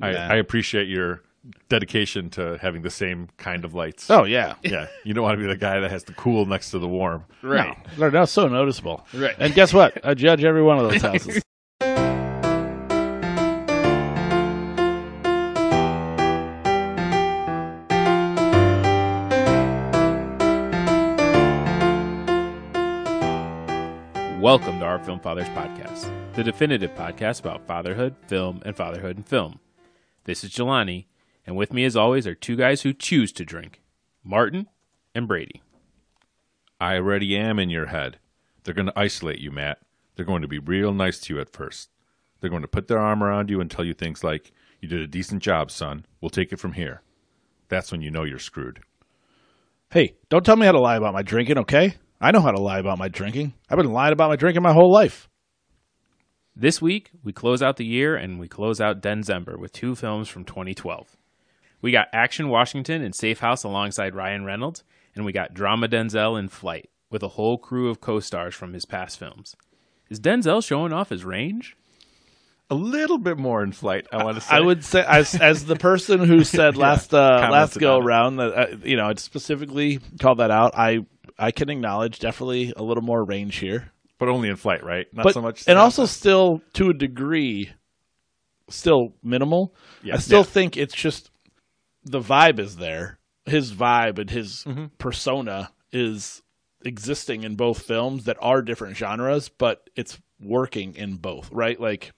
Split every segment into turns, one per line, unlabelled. I,
Yeah.
I appreciate your dedication to having the same kind of lights.
Oh yeah,
Yeah, you don't want to be the guy that has the cool next to the warm.
right.
They're now so noticeable.
Right.
And guess what? I judge every one of those houses.
Welcome to our Film Fathers podcast, the definitive podcast about fatherhood, film, and fatherhood in film. This is Jelani, and with me, as always, are two guys who choose to drink Martin and Brady.
I already am in your head. They're going to isolate you, Matt. They're going to be real nice to you at first. They're going to put their arm around you and tell you things like, You did a decent job, son. We'll take it from here. That's when you know you're screwed.
hey, don't tell me how to lie about my drinking, okay? I know how to lie about my drinking. I've been lying about my drinking my whole life.
This week, we close out the year and we close out Denzember with two films from 2012. We got Action Washington and Safe House alongside Ryan Reynolds, and we got Drama Denzel in Flight with a whole crew of co stars from his past films. Is Denzel showing off his range?
A little bit more in flight, I want to say.
I would say, as as the person who said last uh, last
commented
go
on it.
around that uh, you know, I specifically called that out. I I can acknowledge definitely a little more range here,
But only in flight, right? Not
but
so much.
and also still to a degree, still minimal.
Yeah.
I still
Yeah.
think it's just the vibe is there. His vibe and his
Mm-hmm.
persona is existing in both films that are different genres, but it's working in both, right? Like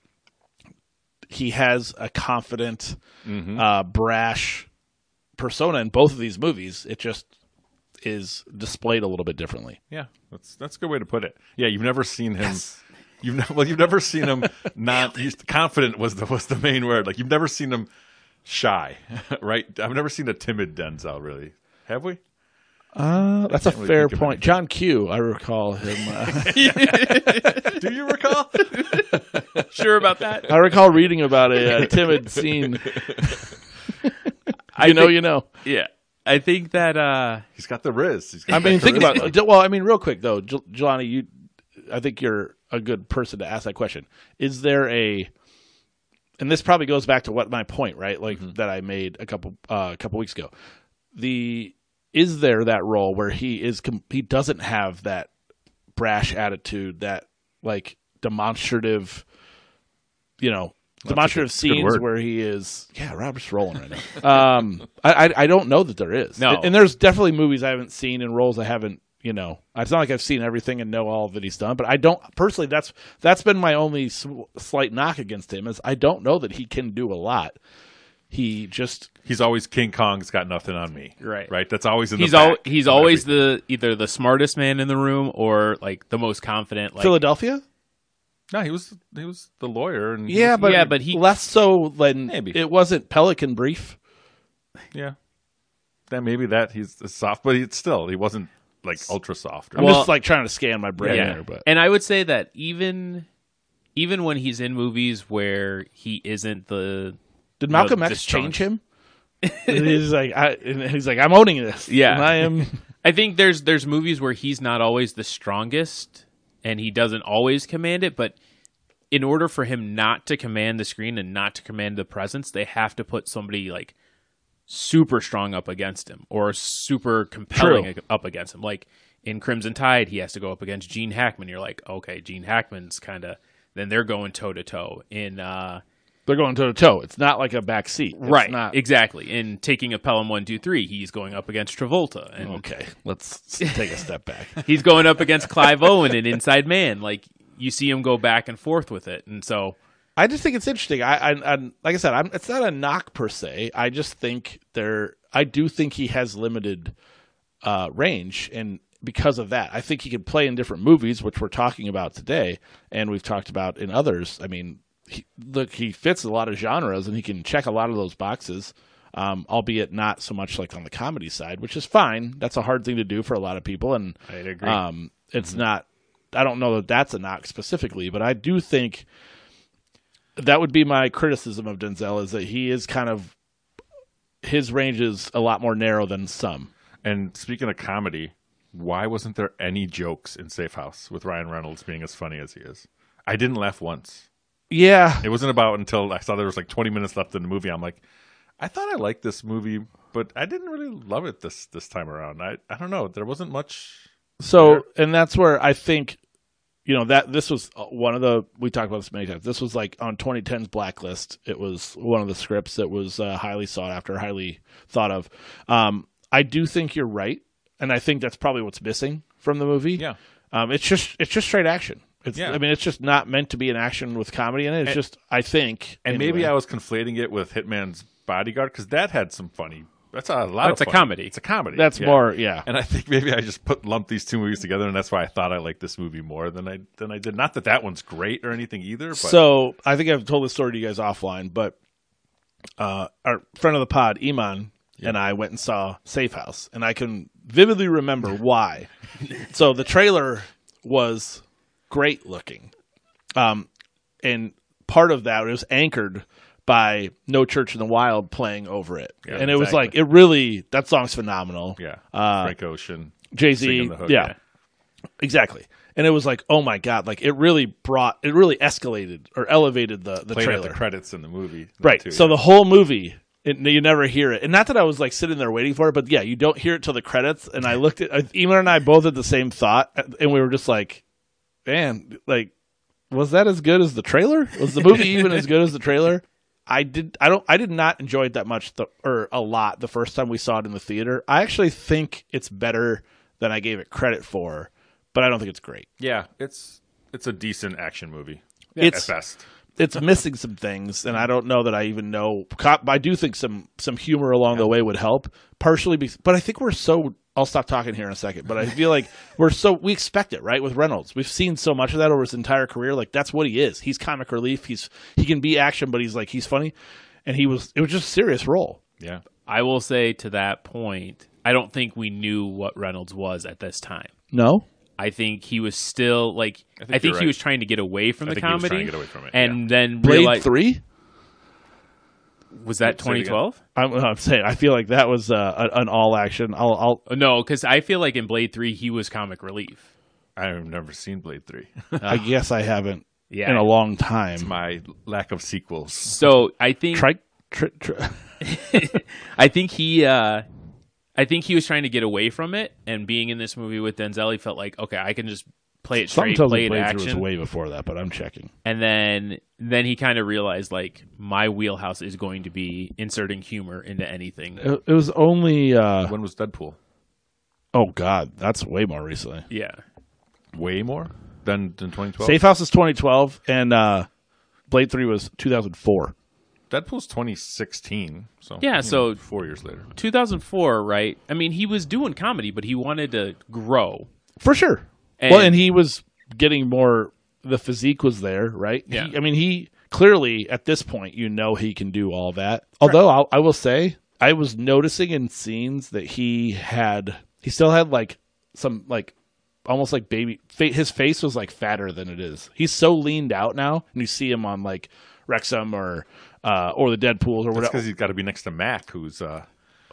he has a confident,
Mm-hmm.
uh, brash persona in both of these movies. It just is displayed a little bit differently.
Yeah, that's that's a good way to put it. Yeah, you've never seen him. You've never well, you've never seen him not he's- confident was the was the main word. Like you've never seen him shy, right? I've never seen a timid Denzel really. Have we?
Uh, that's a
really
fair
think of
point. John Q, I recall him. Uh,
Do you recall?
Sure about that?
I recall reading about a, uh timid scene. you know, you know.
Yeah. I think that uh
he's got the riz. He's got
I mean,
that
think about
charisma.
well. I mean, real quick though, Jel- Jelani, you, I think you're a good person to ask that question. Is there a, and this probably goes back to what my point, right? Like
Mm-hmm.
that I made a couple uh, a couple weeks ago. The is there that role where he is com- he doesn't have that brash attitude, that like demonstrative, you know, demonstrative
good
scenes
word.
where he is. Yeah, Robert's rolling right now. um, I, I I don't know that there is.
No.
and there's definitely movies I haven't seen and roles I haven't. You know, it's not like I've seen everything and know all that he's done, but I don't personally. That's that's been my only sw- slight knock against him is I don't know that he can do a lot. He just
he's always King Kong's got nothing on me.
Right.
Right. That's always in
he's
the
al-
back
he's
of
always
everything.
the either the smartest man in the room or like the most confident like
Philadelphia.
no. He was he was the lawyer and he
Yeah,
was-
but
Yeah, but he-
less so than
Maybe.
it wasn't Pelican Brief.
yeah. That maybe that he's soft, but he's still he wasn't like ultra soft. Or
I'm
Well-
just like trying to scan my brain
yeah.
there, but
And I would say that even even when he's in movies where he isn't the
Did Malcolm
the
X change
strongest.
him? And he's like, I, and he's like, I'm owning this.
Yeah.
and I am.
I think there's there's movies where he's not always the strongest and he doesn't always command it, but in order for him not to command the screen and not to command the presence, they have to put somebody like super strong up against him or super compelling
True.
ag- up against him. Like in Crimson Tide, he has to go up against Gene Hackman. You're like, okay, Gene Hackman's kind of then they're going toe to toe in uh
They're going toe to toe. It's not like a back seat, It's
right
Not,
exactly in taking a Pelham one two three. He's going up against Travolta and
okay, let's s- take a step back.
he's going up against Clive Owen and Inside Man. Like you see him go back and forth with it, and so
I just think it's interesting. I, I, I like I said, I'm, it's not a knock per se. I just think there. I do think he has limited uh, range, and because of that, I think he could play in different movies, which we're talking about today, and we've talked about in others. I mean, he, look, he fits a lot of genres, and he can check a lot of those boxes. Um, albeit not so much like on the comedy side, which is fine. That's a hard thing to do for a lot of people, and
I agree.
um, it's not. I don't know that that's a knock specifically, but I do think that would be my criticism of Denzel is that he is kind of his range is a lot more narrow than some.
And speaking of comedy, why wasn't there any jokes in Safe House with Ryan Reynolds being as funny as he is? I didn't laugh once.
Yeah,
It wasn't about until I saw there was like 20 minutes left in the movie. I'm like, I thought I liked this movie, but I didn't really love it this this time around. I I don't know. There wasn't much.
So, and that's where I think, you know, that this was uh, one of the we talked about this many times. This was like on 2010's blacklist. It was one of the scripts that was uh, highly sought after, highly thought of. Um, I do think you're right, and I think that's probably what's missing from the movie.
Yeah.
um, it's just it's just straight action. It's,
Yeah.
I mean, it's just not meant to be an action with comedy in it. It's just, I think,
And maybe
anyway.
I was conflating it with Hitman's Bodyguard because that had some funny. That's a lot.
That's
of
a
funny-
comedy.
It's a comedy.
that's
Yeah.
more, yeah.
And I think maybe I just put lumped these two movies together, and that's why I thought I liked this movie more than I than I did. Not that that one's great or anything either. But
So I think I've told this story to you guys offline, but uh, our friend of the pod, Iman, and I went and saw Safe House, and I can vividly remember why. so the trailer was great looking, um, and part of that was anchored by No Church in the Wild playing over it,
Yeah,
and it was
exactly.
like it really that song's phenomenal.
yeah,
Uh,
Frank Ocean.
Jay
Singing
Z.
the hook,
yeah,
yeah.
exactly. And it was like, oh my god! Like it really brought, it really escalated or elevated the the
Playing at
trailer,
the credits in the movie,
right?
too,
so
yeah.
the whole movie, it, you never hear it. And not that I was like sitting there waiting for it, but yeah, you don't hear it till the credits. And I looked at Eamon and I both had the same thought, and we were just like, man, like was that as good as the trailer? Was the movie even as good as the trailer? I did. I don't. I did not enjoy it that much, the, or a lot, the first time we saw it in the theater. I actually think it's better than I gave it credit for, but I don't think it's great.
yeah, it's it's a decent action movie.
It's-
at best.
It's missing some things, and I don't know that I even know. co- I do think some some humor along the way would help, partially. Be, but I think we're so. I'll stop talking here in a second. But I feel like we're so we expect it, right? With Reynolds, we've seen so much of that over his entire career. Like that's what he is. He's comic relief. He's he can be action, but he's like he's funny, and he was. It was just a serious role.
Yeah,
I will say to that point, I don't think we knew what Reynolds was at this time.
No,
I think he was still like I think,
think you're
he
right.
was trying to get away from
I
the
think he was trying
comedy
to get away from it,
and then
Blade
realized
Three.
was that
Say it again.
2012?
I'm, I'm saying I feel like that was uh, an all action. I'll, I'll
Oh, No, because I feel like in Blade Three he was comic relief.
I've never seen Blade Three.
I guess I haven't
Yeah.
in a long time.
My lack of sequels.
so I think
Tri- tri- tri-
I think he uh I think he was trying to get away from it and being in this movie with Denzel he felt like okay I can just play it
Something
straight
tells
play
me
it
Blade Three was
action
way before that, but I'm checking.
and then then he kind of realized like my wheelhouse is going to be inserting humor into anything.
It, it was only uh,
When was Deadpool?
oh god, that's way more recently.
Yeah.
Way more than than 2012.
Safe House is 2012, and uh, Blade Three was 2004.
Deadpool's 2016. So
Yeah,
you know,
so-
four years later.
2004, right? I mean, he was doing comedy, but he wanted to grow.
For sure.
And-
well, and he was getting more. The physique was there, right? He-
Yeah.
I mean, he clearly at this point, you know, he can do all that. Although I'll, I will say, I was noticing in scenes that he had, he still had like some like almost like baby. Fa- his face was like fatter than it is. He's so leaned out now, and you see him on like Wrexham or uh, or the Deadpool or
That's
whatever.
because he's got to be next to Mac, who's uh,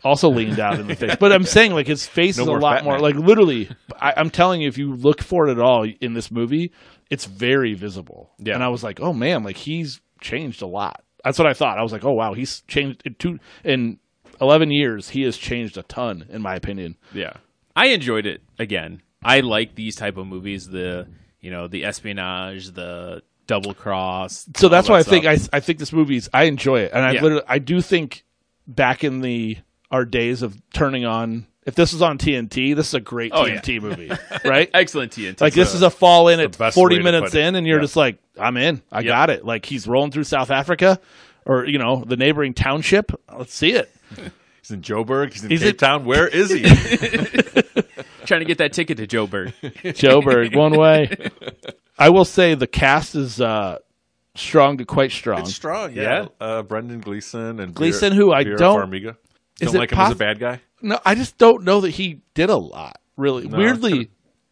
also leaned out in the face. But I'm saying like his face
No
is a
more
lot
Batman.
more like literally. I, I'm telling you, if you look for it at all in this movie, it's very visible.
Yeah.
And I was like, oh man, like he's changed a lot. That's what I thought. I was like, oh wow, he's changed in two in 11 years. He has changed a ton, in my opinion.
Yeah. I enjoyed it again. I like these type of movies, the, you know, the espionage, the double cross.
So
all
that's
that
why I
stuff.
think I I think this movie's I enjoy it, and I
Oh, Yeah.
literally I do think back in the our days of turning on. If this was on TNT, this is a great
Oh, yeah.
TNT movie, right?
excellent TNT.
Like this is a fall in at
the best way
40
to
minutes
put it.
in, and you're
Yeah.
just like, I'm in. I
Yep.
got it. Like he's rolling through South Africa, or you know, the neighboring township. Let's see it.
he's in Joburg. He's in
He's
Cape
in-
Town. Where is he?
trying to get that ticket to Joe Bird.
Joburg, one way. I will say the cast is uh, strong to quite strong.
It's strong.
Yeah.
Yeah. Uh, Brendan Gleeson and Vera-
Gleeson, who I
Vera
don't-
Farmiga.
Is
Don't
it
like him as a
poss-
bad guy.
No, I just don't know that he did a lot. Really,
No,
weirdly,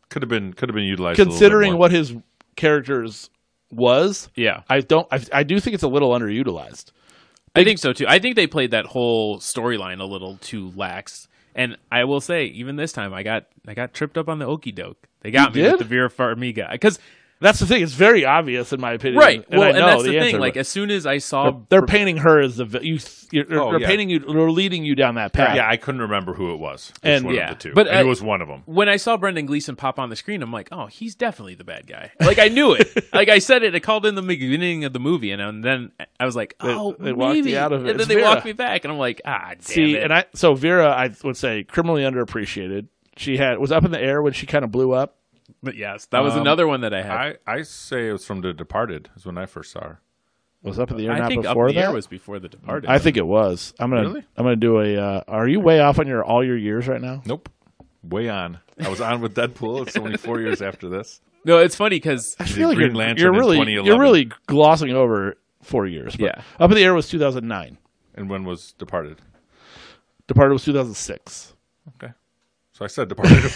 Could have been could have been utilized. a little bit
considering
more.
what his character's was,
Yeah.
I don't. I, I do think it's a little underutilized.
I think so too. I think they played that whole storyline a little too lax. And I will say, even this time, I got I got tripped up on the okey doke. They got
You
me
did?
with the Vera Farmiga because
That's the thing. It's very obvious, in my opinion.
Right.
And
well,
I
and
know
that's the,
the,
thing.
answer,
like,
but
as soon as I saw,
they're, they're painting her as the vi- you. You're, they're-
Oh,
they're
yeah.
painting you. They're leading you down that path.
Yeah, I couldn't remember who it was. Which
And-
one
yeah.
of the two?
But
I knew
I-
it was one of them.
when I saw Brendan Gleeson pop on the screen, I'm like, oh, he's definitely the bad guy. Like I knew it. like I said it. I called in the beginning of the movie, and, and then I was like, oh,
they
maybe.
walked you out of it.
And then
It's
they
Vera.
walked me back, and I'm like, ah, damn
See,
it.
and I so Vera, I would say criminally underappreciated. She had was up in the air when she kind of blew up.
but yes, that was
Um,
another one that I had.
I, I say it was from The Departed. Is when I first saw her.
Was up in the air
I,
not
think Up
before
in the
that.
Air was before The Departed.
I think it was. I'm gonna
Really?
I'm gonna do a. Uh, are you way off on your all your years right now?
Nope. Way on. I was on with Deadpool. It's only four years after this.
no, it's funny because
I
did
feel like
Green
you're,
Lantern
you're
in
really
2011.
you're really glossing over four years. But
Yeah.
Up in the air was 2009.
And when was Departed?
Departed was 2006.
Okay. So I said Departed.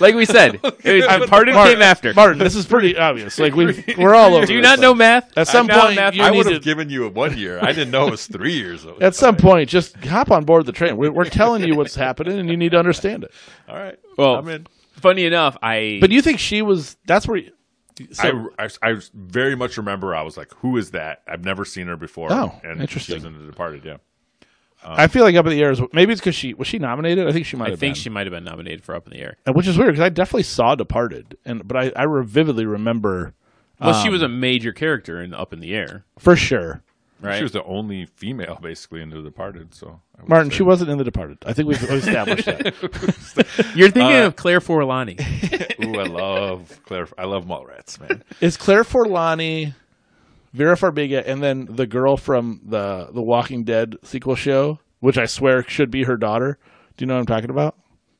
Like we said, Departed
Martin,
came after.
Martin, this is pretty obvious. Like we we're all over.
Do you
this.
not know math?
At some
I'm not
point,
math-
you
I
need
would
to-
have given you a one year. I didn't know it was three years.
At some point, just hop on board the train. We're, we're telling you what's happening, and you need to understand it.
All right.
Well,
I'm in.
funny enough, I
But you think she was? That's where. You, so,
I, I, I very much remember I was like, who is that? I've never seen her before.
Oh,
and
interesting.
She was in The Departed, yeah.
I feel like up in the air is maybe it's because she was she nominated. I think she might.
Um, I
have
think
been.
she might have been nominated for Up in the Air.
And which is weird because I definitely saw Departed, and but I I re- vividly remember
Well, she was a major character in Up in the Air,
for sure.
right?
She was the only female basically in The Departed. So I would
Martin,
say-
she wasn't in The Departed. I think we've established that.
You're thinking of Claire Forlani.
Ooh, I love Claire. I love Mallrats, man.
Is Claire Forlani, Vera Farmiga, and then the girl from the the Walking Dead sequel show, which I swear should be her daughter. Do you know what I'm talking about?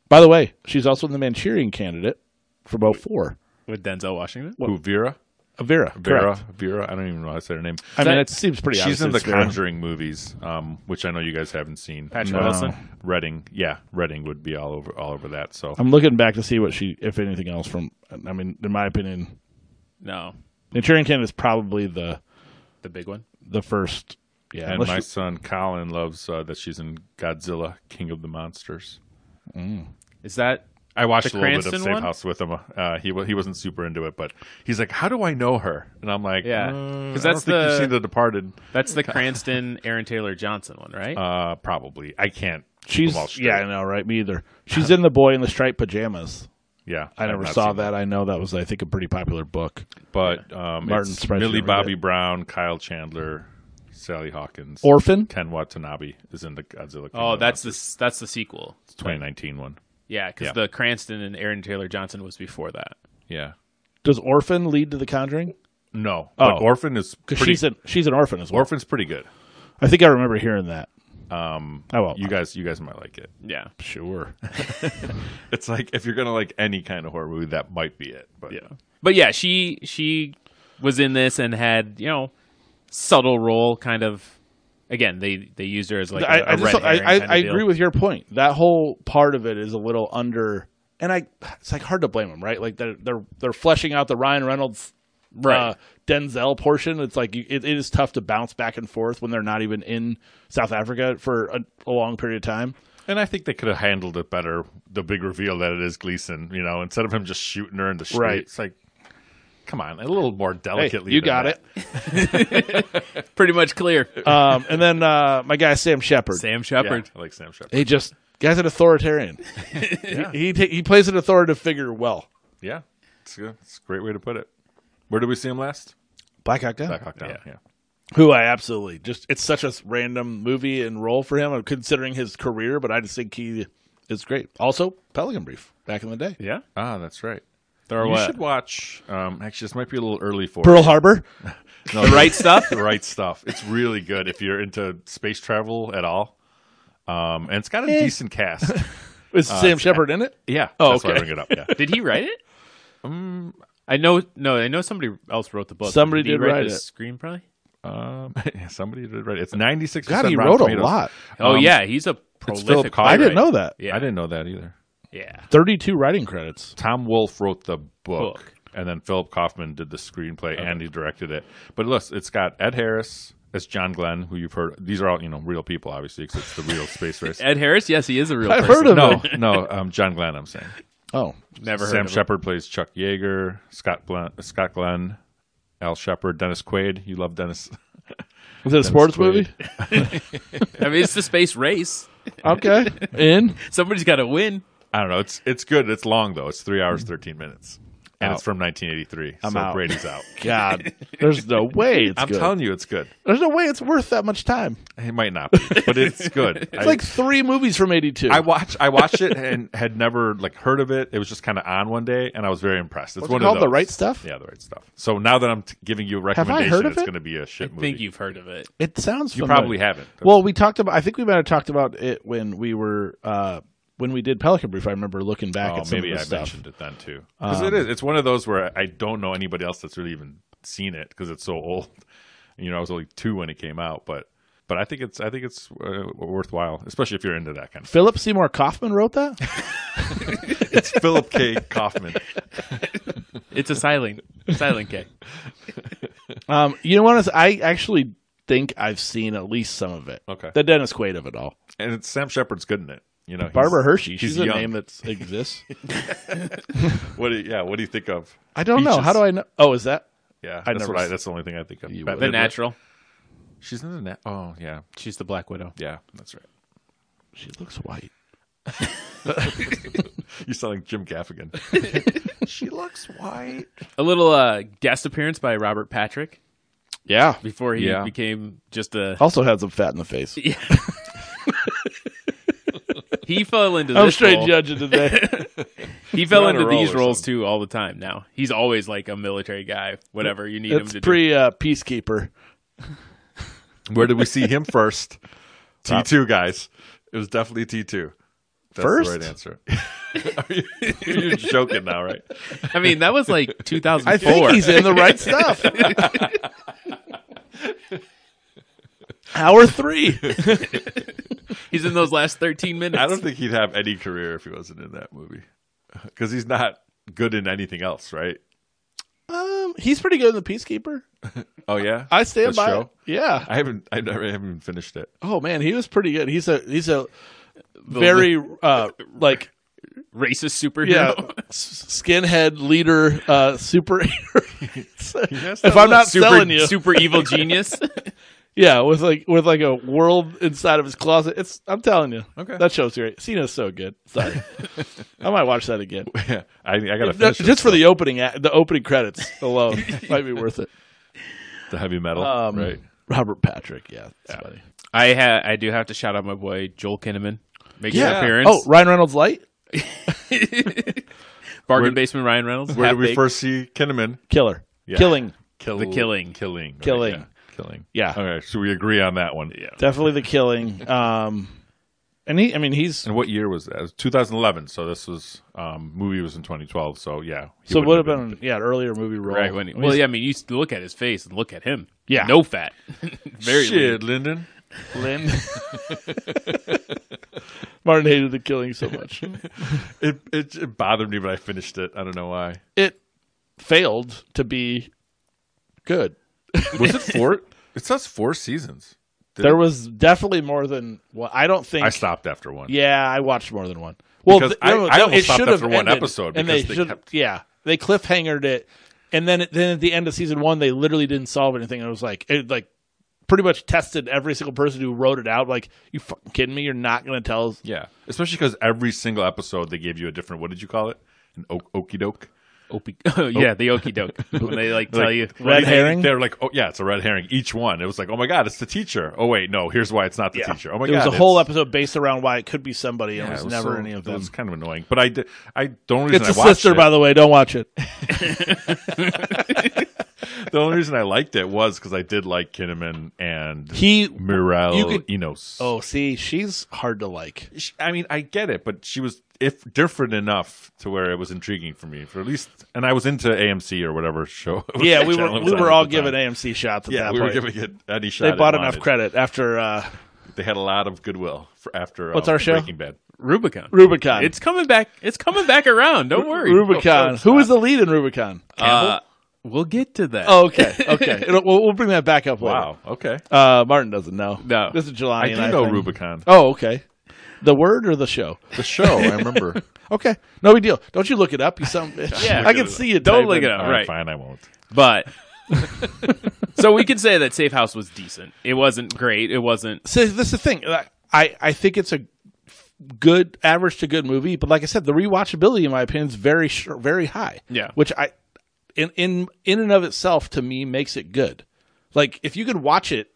By the way, she's also in the Manchurian Candidate from 04.
with Denzel Washington.
Who Vera?
Uh, Vera,
Vera?
correct.
Vera? I don't even know how to say her name.
I mean,
that-
it seems pretty.
She's
obvious
in the
it's Vera.
Conjuring movies, um, which I know you guys haven't seen.
Patrick
No.
Wilson.
Redding, yeah, Redding would be all over all over that. So
I'm looking back to see what she, if anything else, from. I mean, in my opinion,
No,
Manchurian Candidate is probably the
the big one.
the first. Yeah,
and
unless
my
you-
son Colin loves uh, that she's in Godzilla, King of the Monsters.
Is that
I watched
The
a little bit
Cranston
of Safe
one?
House with him. Uh, he wa- he wasn't super into it, but he's like, "How do I know her?" And I'm like,
Yeah.
"Uh, I
'Cause
don't
that's
think
the-
you've seen The Departed,
that's the Cranston, Aaron Taylor Johnson one, right?
uh, probably. I can't.
she's
them all straight.
yeah, I know, right? Me either. She's in the boy in the striped pajamas.
Yeah,
I
I've
never
not
saw
seen
that. I know that was, I think, a pretty popular book.
But um,
Martin
it's
Springsteen
Millie
never
Bobby
did.
Brown, Kyle Chandler, Sally Hawkins,
Orphan.
Ken Watanabe is in the Godzilla. King
oh,
of the
that's the s- that's the sequel.
Monsters, 2019 one.
Yeah, because
Yeah.
the Cranston and Aaron Taylor Johnson was before that.
Yeah,
Does Orphan lead to The Conjuring?
no,
Oh.
but Orphan is
Because
pretty.
she's an she's an orphan as well.
Orphan's pretty good.
I think I remember hearing that.
Um,
Oh well,
you guys, you guys might like it.
Yeah,
sure.
It's like if you're gonna like any kind of horror movie, that might be it. But yeah,
but yeah, she she was in this and had you know subtle role, kind of. Again, they they used her as like
I,
a- a
I, just,
red
I,
herring
I,
kinda
I
deal.
agree with your point. That whole part of it is a little under, and I it's like hard to blame them, right? Like they're they're they're fleshing out the Ryan Reynolds,
Right.
uh, Denzel portion. It's like you, it, it is tough to bounce back and forth when they're not even in South Africa for a, a long period of time.
and I think they could have handled it better. The big reveal that it is Gleason, you know, instead of him just shooting her in the street,
Right.
it's like, come on, a little more
Hey,
delicately.
you
than
got
that.
it.
pretty much clear.
Um, and then uh, my guy Sam Shepard.
Sam
Yeah,
Shepard.
I like Sam Shepard.
He just guy's an authoritarian. He he, ta- he plays an authoritative figure well.
Yeah, it's good. It's a great way to put it. Where did we see him last?
Black Hawk Down,
Black Hawk Down.
Yeah.
Yeah.
who I absolutely just it's such a random movie and role for him. uh, Considering his career, but I just think he is great. Also, Pelican Brief back in the day.
Yeah.
Ah, that's right.
Throw
You
what?
should watch. Um, actually, this might be a little early for
Pearl Harbor.
No,
the right stuff.
the right stuff. It's really good if you're into space travel at all. Um, and it's got a decent cast.
Is Sam Shepard in it?
Yeah.
Oh,
that's Why I
okay.
bring it up. Yeah.
Did he write it? I know. No, I know somebody else wrote the book.
Um, Somebody
he
did write
the
it.
Screenplay.
Um, yeah, somebody did right. It's ninety six.
God, he wrote a lot.
Oh
Um,
yeah, he's a
Philip
prolific.
Kaufman.
I
playwright.
didn't know that.
Yeah,
I didn't know that either.
Yeah,
Thirty-two writing credits.
Tom Wolfe wrote the book,
Book.
and then Philip Kaufman did the screenplay and he directed it. But look, it's got Ed Harris as John Glenn, who you've heard. These are all you know real people, obviously, because it's the real space race.
Ed Harris. Yes, he is a real.
I've
person.
heard
no,
of it.
no, um, John Glenn. I'm saying
Oh,
Never heard
Sam
of him.
Shepard plays Chuck Yeager. Scott Glenn, Scott Glenn, Al Shepard, Dennis Quaid. You love Dennis.
is it a sports
Quaid.
movie?
I mean, it's the space race.
Okay, in
Somebody's got to win.
I don't know. It's it's good. It's long though. It's three hours thirteen minutes, and
Out.
it's from 1983.
I'm
so
out.
Brady's out.
God, there's no way it's
I'm
good.
telling you, it's good.
there's no way it's worth that much time.
It might not be, but it's good.
It's like three movies from '82.
I watch I watched it and had never like heard of it. It was just kind of on one day, and I was very impressed. It's
What's it
one
called?
of
The
those.
Right Stuff?
Yeah, the right stuff. So now that I'm t- giving you a
I
recommendation,
heard of
it's
it?
going to be a shit
I
movie.
think you've heard of it.
it sounds.
You
familiar.
probably haven't.
Well, we talked about. I think we might have talked about it when we were uh, when we did Pelican Brief. I remember looking back
oh,
at some
maybe
of
I
the stuff. Um,
mentioned it then too. Because it is. It's one of those where I don't know anybody else that's really even seen it because it's so old. You know, I was only two when it came out, but but I think it's I think it's uh, worthwhile, especially if you're into that kind of.
Philip Seymour Kaufman wrote that.
It's Philip K. Kaufman.
It's a silent, silent K.
um, you know what? Is, I actually think I've seen at least some of it.
Okay.
the Dennis Quaid of it all.
and it's Sam Shepard's good in it. You know, he's-
Barbara Hershey.
he's
She's a
young.
name that exists.
What do you, yeah, what do you think of?
I don't know. How do I know? Oh, is that?
Yeah,
I
that's
never
what I,
s-
that's the only thing I think of.
You
Bette
The
Midler.
Natural.
She's in the net. Oh yeah,
She's the Black Widow.
yeah, that's right.
She looks white.
You sound like Jim Gaffigan. she looks white.
A little uh, guest appearance by Robert Patrick
Yeah. Oh.
before he
Yeah.
became just a.
Also had some fat in the face.
Yeah. he fell into
I'm
this
straight
role.
judging today.
He fell
You're on a
into
roll
these
or
roles too all the time. Now he's always like a military guy. Whatever you need him
it's
to do.
pre uh, peacekeeper.
Where did we see him first? T two guys. It was definitely T two. That's
First?
the right answer. Are you, are joking now, right?
I mean, that was like
I
2004.
think he's in the right stuff. Hour three.
He's in those last 13 minutes.
I don't think he'd have any career if he wasn't in that movie, because he's not good in anything else, right?
Um, he's pretty good in the peacekeeper.
Oh yeah,
I stand
This
by.
show?
It. Yeah.
I haven't. I never I haven't even finished it.
Oh man, he was pretty good. He's a he's a very uh like
racist
yeah
superhero.
s- skinhead leader uh superhero.
has
if
that
I'm not
super,
selling you,
super evil genius.
yeah, with like with like a world inside of his closet. It's I'm telling you.
Okay.
That show's great. Cena's so good. Sorry. I might watch that again.
Yeah, I, I gotta
No,
finish
just for the opening act- the opening credits alone might be worth it.
the heavy metal,
Um,
right?
Robert Patrick, yeah, that's funny.
I ha- I do have to shout out my boy Joel Kinnaman making an
Yeah.
appearance.
Oh, Ryan Reynolds light
bargain
where-
basement Ryan Reynolds.
Where
half
did we
baked.
first see Kinnaman?
killer,
Yeah.
killing,
Kill-
The Killing.
killing, right,
Killing.
yeah, killing.
yeah,
All right, so we agree on that one. Yeah.
Uh, definitely the killing. Um, and he, I mean, he's
And what year was that? It was 2011. So this was um, movie was in 2012. So yeah. he
so it would have
wouldn't
been, yeah an earlier movie role.
Right when he- well, yeah. I mean, you used to look at his face and look at him.
Yeah.
no fat, very lean.
shit, Lyndon.
Lynn. Martin hated the killing so much.
It, it it bothered me, but I finished it. I don't know why.
It failed to be good.
Was it four? it says four seasons. Did
There
it?
was definitely more than one. I don't think.
I stopped after one.
Yeah, I watched more than one. Well,
Because
th-
I-
no,
I
no,
almost
it
stopped
should have
after one
ended,
episode
and
because
they
they
should-
kept-
Yeah, they cliffhangered it, and then then at the end of season one, they literally didn't solve anything. It was like it like pretty much tested every single person who wrote it out. Like, you fucking kidding me? You're not going to tell us?
Yeah. Especially because every single episode they gave you a different. What did you call it? An o- okey doke.
Opie- oh, yeah, the okey doke when they like tell you
Red herring?
They're like, oh yeah, it's a red herring. Each one, it was like, oh my god, it's the teacher. Oh wait, no, here's why it's not the teacher. Oh my
it
god,
was a
it's-
whole episode based around why it could be somebody, and
Yeah,
it was,
it was
never
so-
any of
It
them.
was kind of annoying, but I did, I the only reason
It's a
I watched
sister,
it,
by the way. Don't watch it.
the only reason I liked it was because I did like Kinnaman and
He,
Mirelle
you could-
Enos.
oh, see, she's hard to like.
Sh- I mean, I get it, but she was if different enough to where it was intriguing for me for at least, and I was into AMC or whatever show.
Yeah, we
channel
were
it
we
was on
were
at
all
the
given
time.
AMC shots at
Yeah,
that
we were
point.
giving it any shot.
they
it
bought enough
wanted.
credit after uh,
They had a lot of goodwill for after.
What's
uh,
our show?
Breaking Bad.
Rubicon.
Rubicon.
It's coming back. It's coming back around. Don't worry.
Rubicon. Who was the lead in Rubicon?
Uh, we'll get to that.
Oh, okay, okay. It'll, we'll, we'll bring that back up later.
Wow. Okay.
Uh, Martin doesn't know.
No.
this is July.
I do know Rubicon.
Oh, okay. The word or the show?
The show, I remember.
Okay, no big deal. Don't you look it up, you some bitch.
Yeah.
I can see you.
Don't
typing.
look it up.
All
Right.
fine, I won't.
But so we could say that Safe House was decent. It wasn't great. It wasn't.
So this is the thing. Like, I I think it's a good average to good movie, but like I said, the rewatchability in my opinion is very sh- very high.
Yeah.
which I in in in and of itself to me makes it good. Like if you could watch it,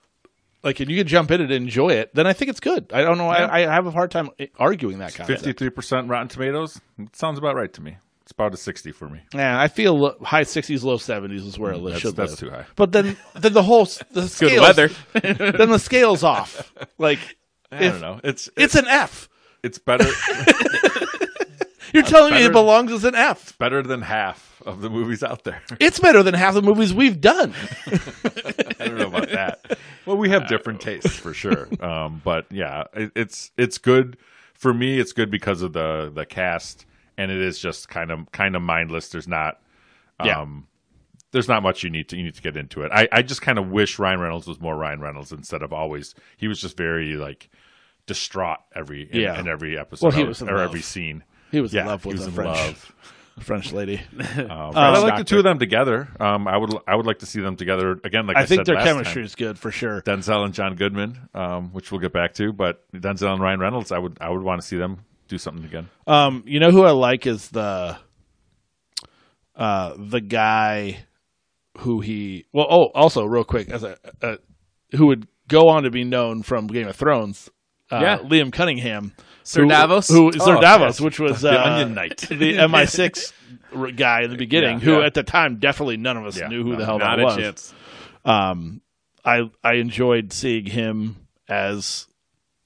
like if you could jump in and enjoy it, then I think it's good. I don't know. I, I have a hard time arguing that concept.
Fifty-three percent Rotten Tomatoes It sounds about right to me. It's about a sixty for me.
Yeah, I feel lo- high sixties, low seventies is where it li-
That's-
should
Mm, that's
live.
too high.
But then, then the whole s- the
Good
scales,
weather.
then the scales off. Like
I don't know. It's it's
it's an F.
it's better
You're telling
Uh,
me
better-
it belongs as an F.
better than half of the movies out there.
It's better than half the movies we've done.
I don't know about that. Well, we have different tastes for sure. Um, but yeah, it, it's it's good for me. It's good because of the the cast, and it is just kind of kind of mindless. There's not, um,
Yeah.
there's not much you need to you need to get into it. I I just kind of wish Ryan Reynolds was more Ryan Reynolds instead of always. He was just very like distraught every in,
Yeah.
in every episode
Well, he
or-
was in
or
love.
every scene.
He was
yeah,
in love with
he was
a
in
French
love.
French lady.
Um, but I like the
Doctor.
two of them together. Um, I would I would like to see them together again. Like I,
I think
said
their
last time.
chemistry is good for sure.
Denzel and John Goodman, um, which we'll get back to, but Denzel and Ryan Reynolds, I would I would want to see them do something again.
Um, you know who I like is the uh the guy who he well oh also real quick as a, a who would go on to be known from Game of Thrones. Uh,
Yeah.
Liam Cunningham,
Sir
who-
Davos?
who Sir
Oh,
Davos,
yes.
which was
The
uh,
Onion Knight.
the MI6 r- guy in the beginning,
Yeah,
who
yeah.
at the time definitely none of us
Yeah,
knew who
no,
the hell
Not
that was.
a chance.
um, I I enjoyed seeing him as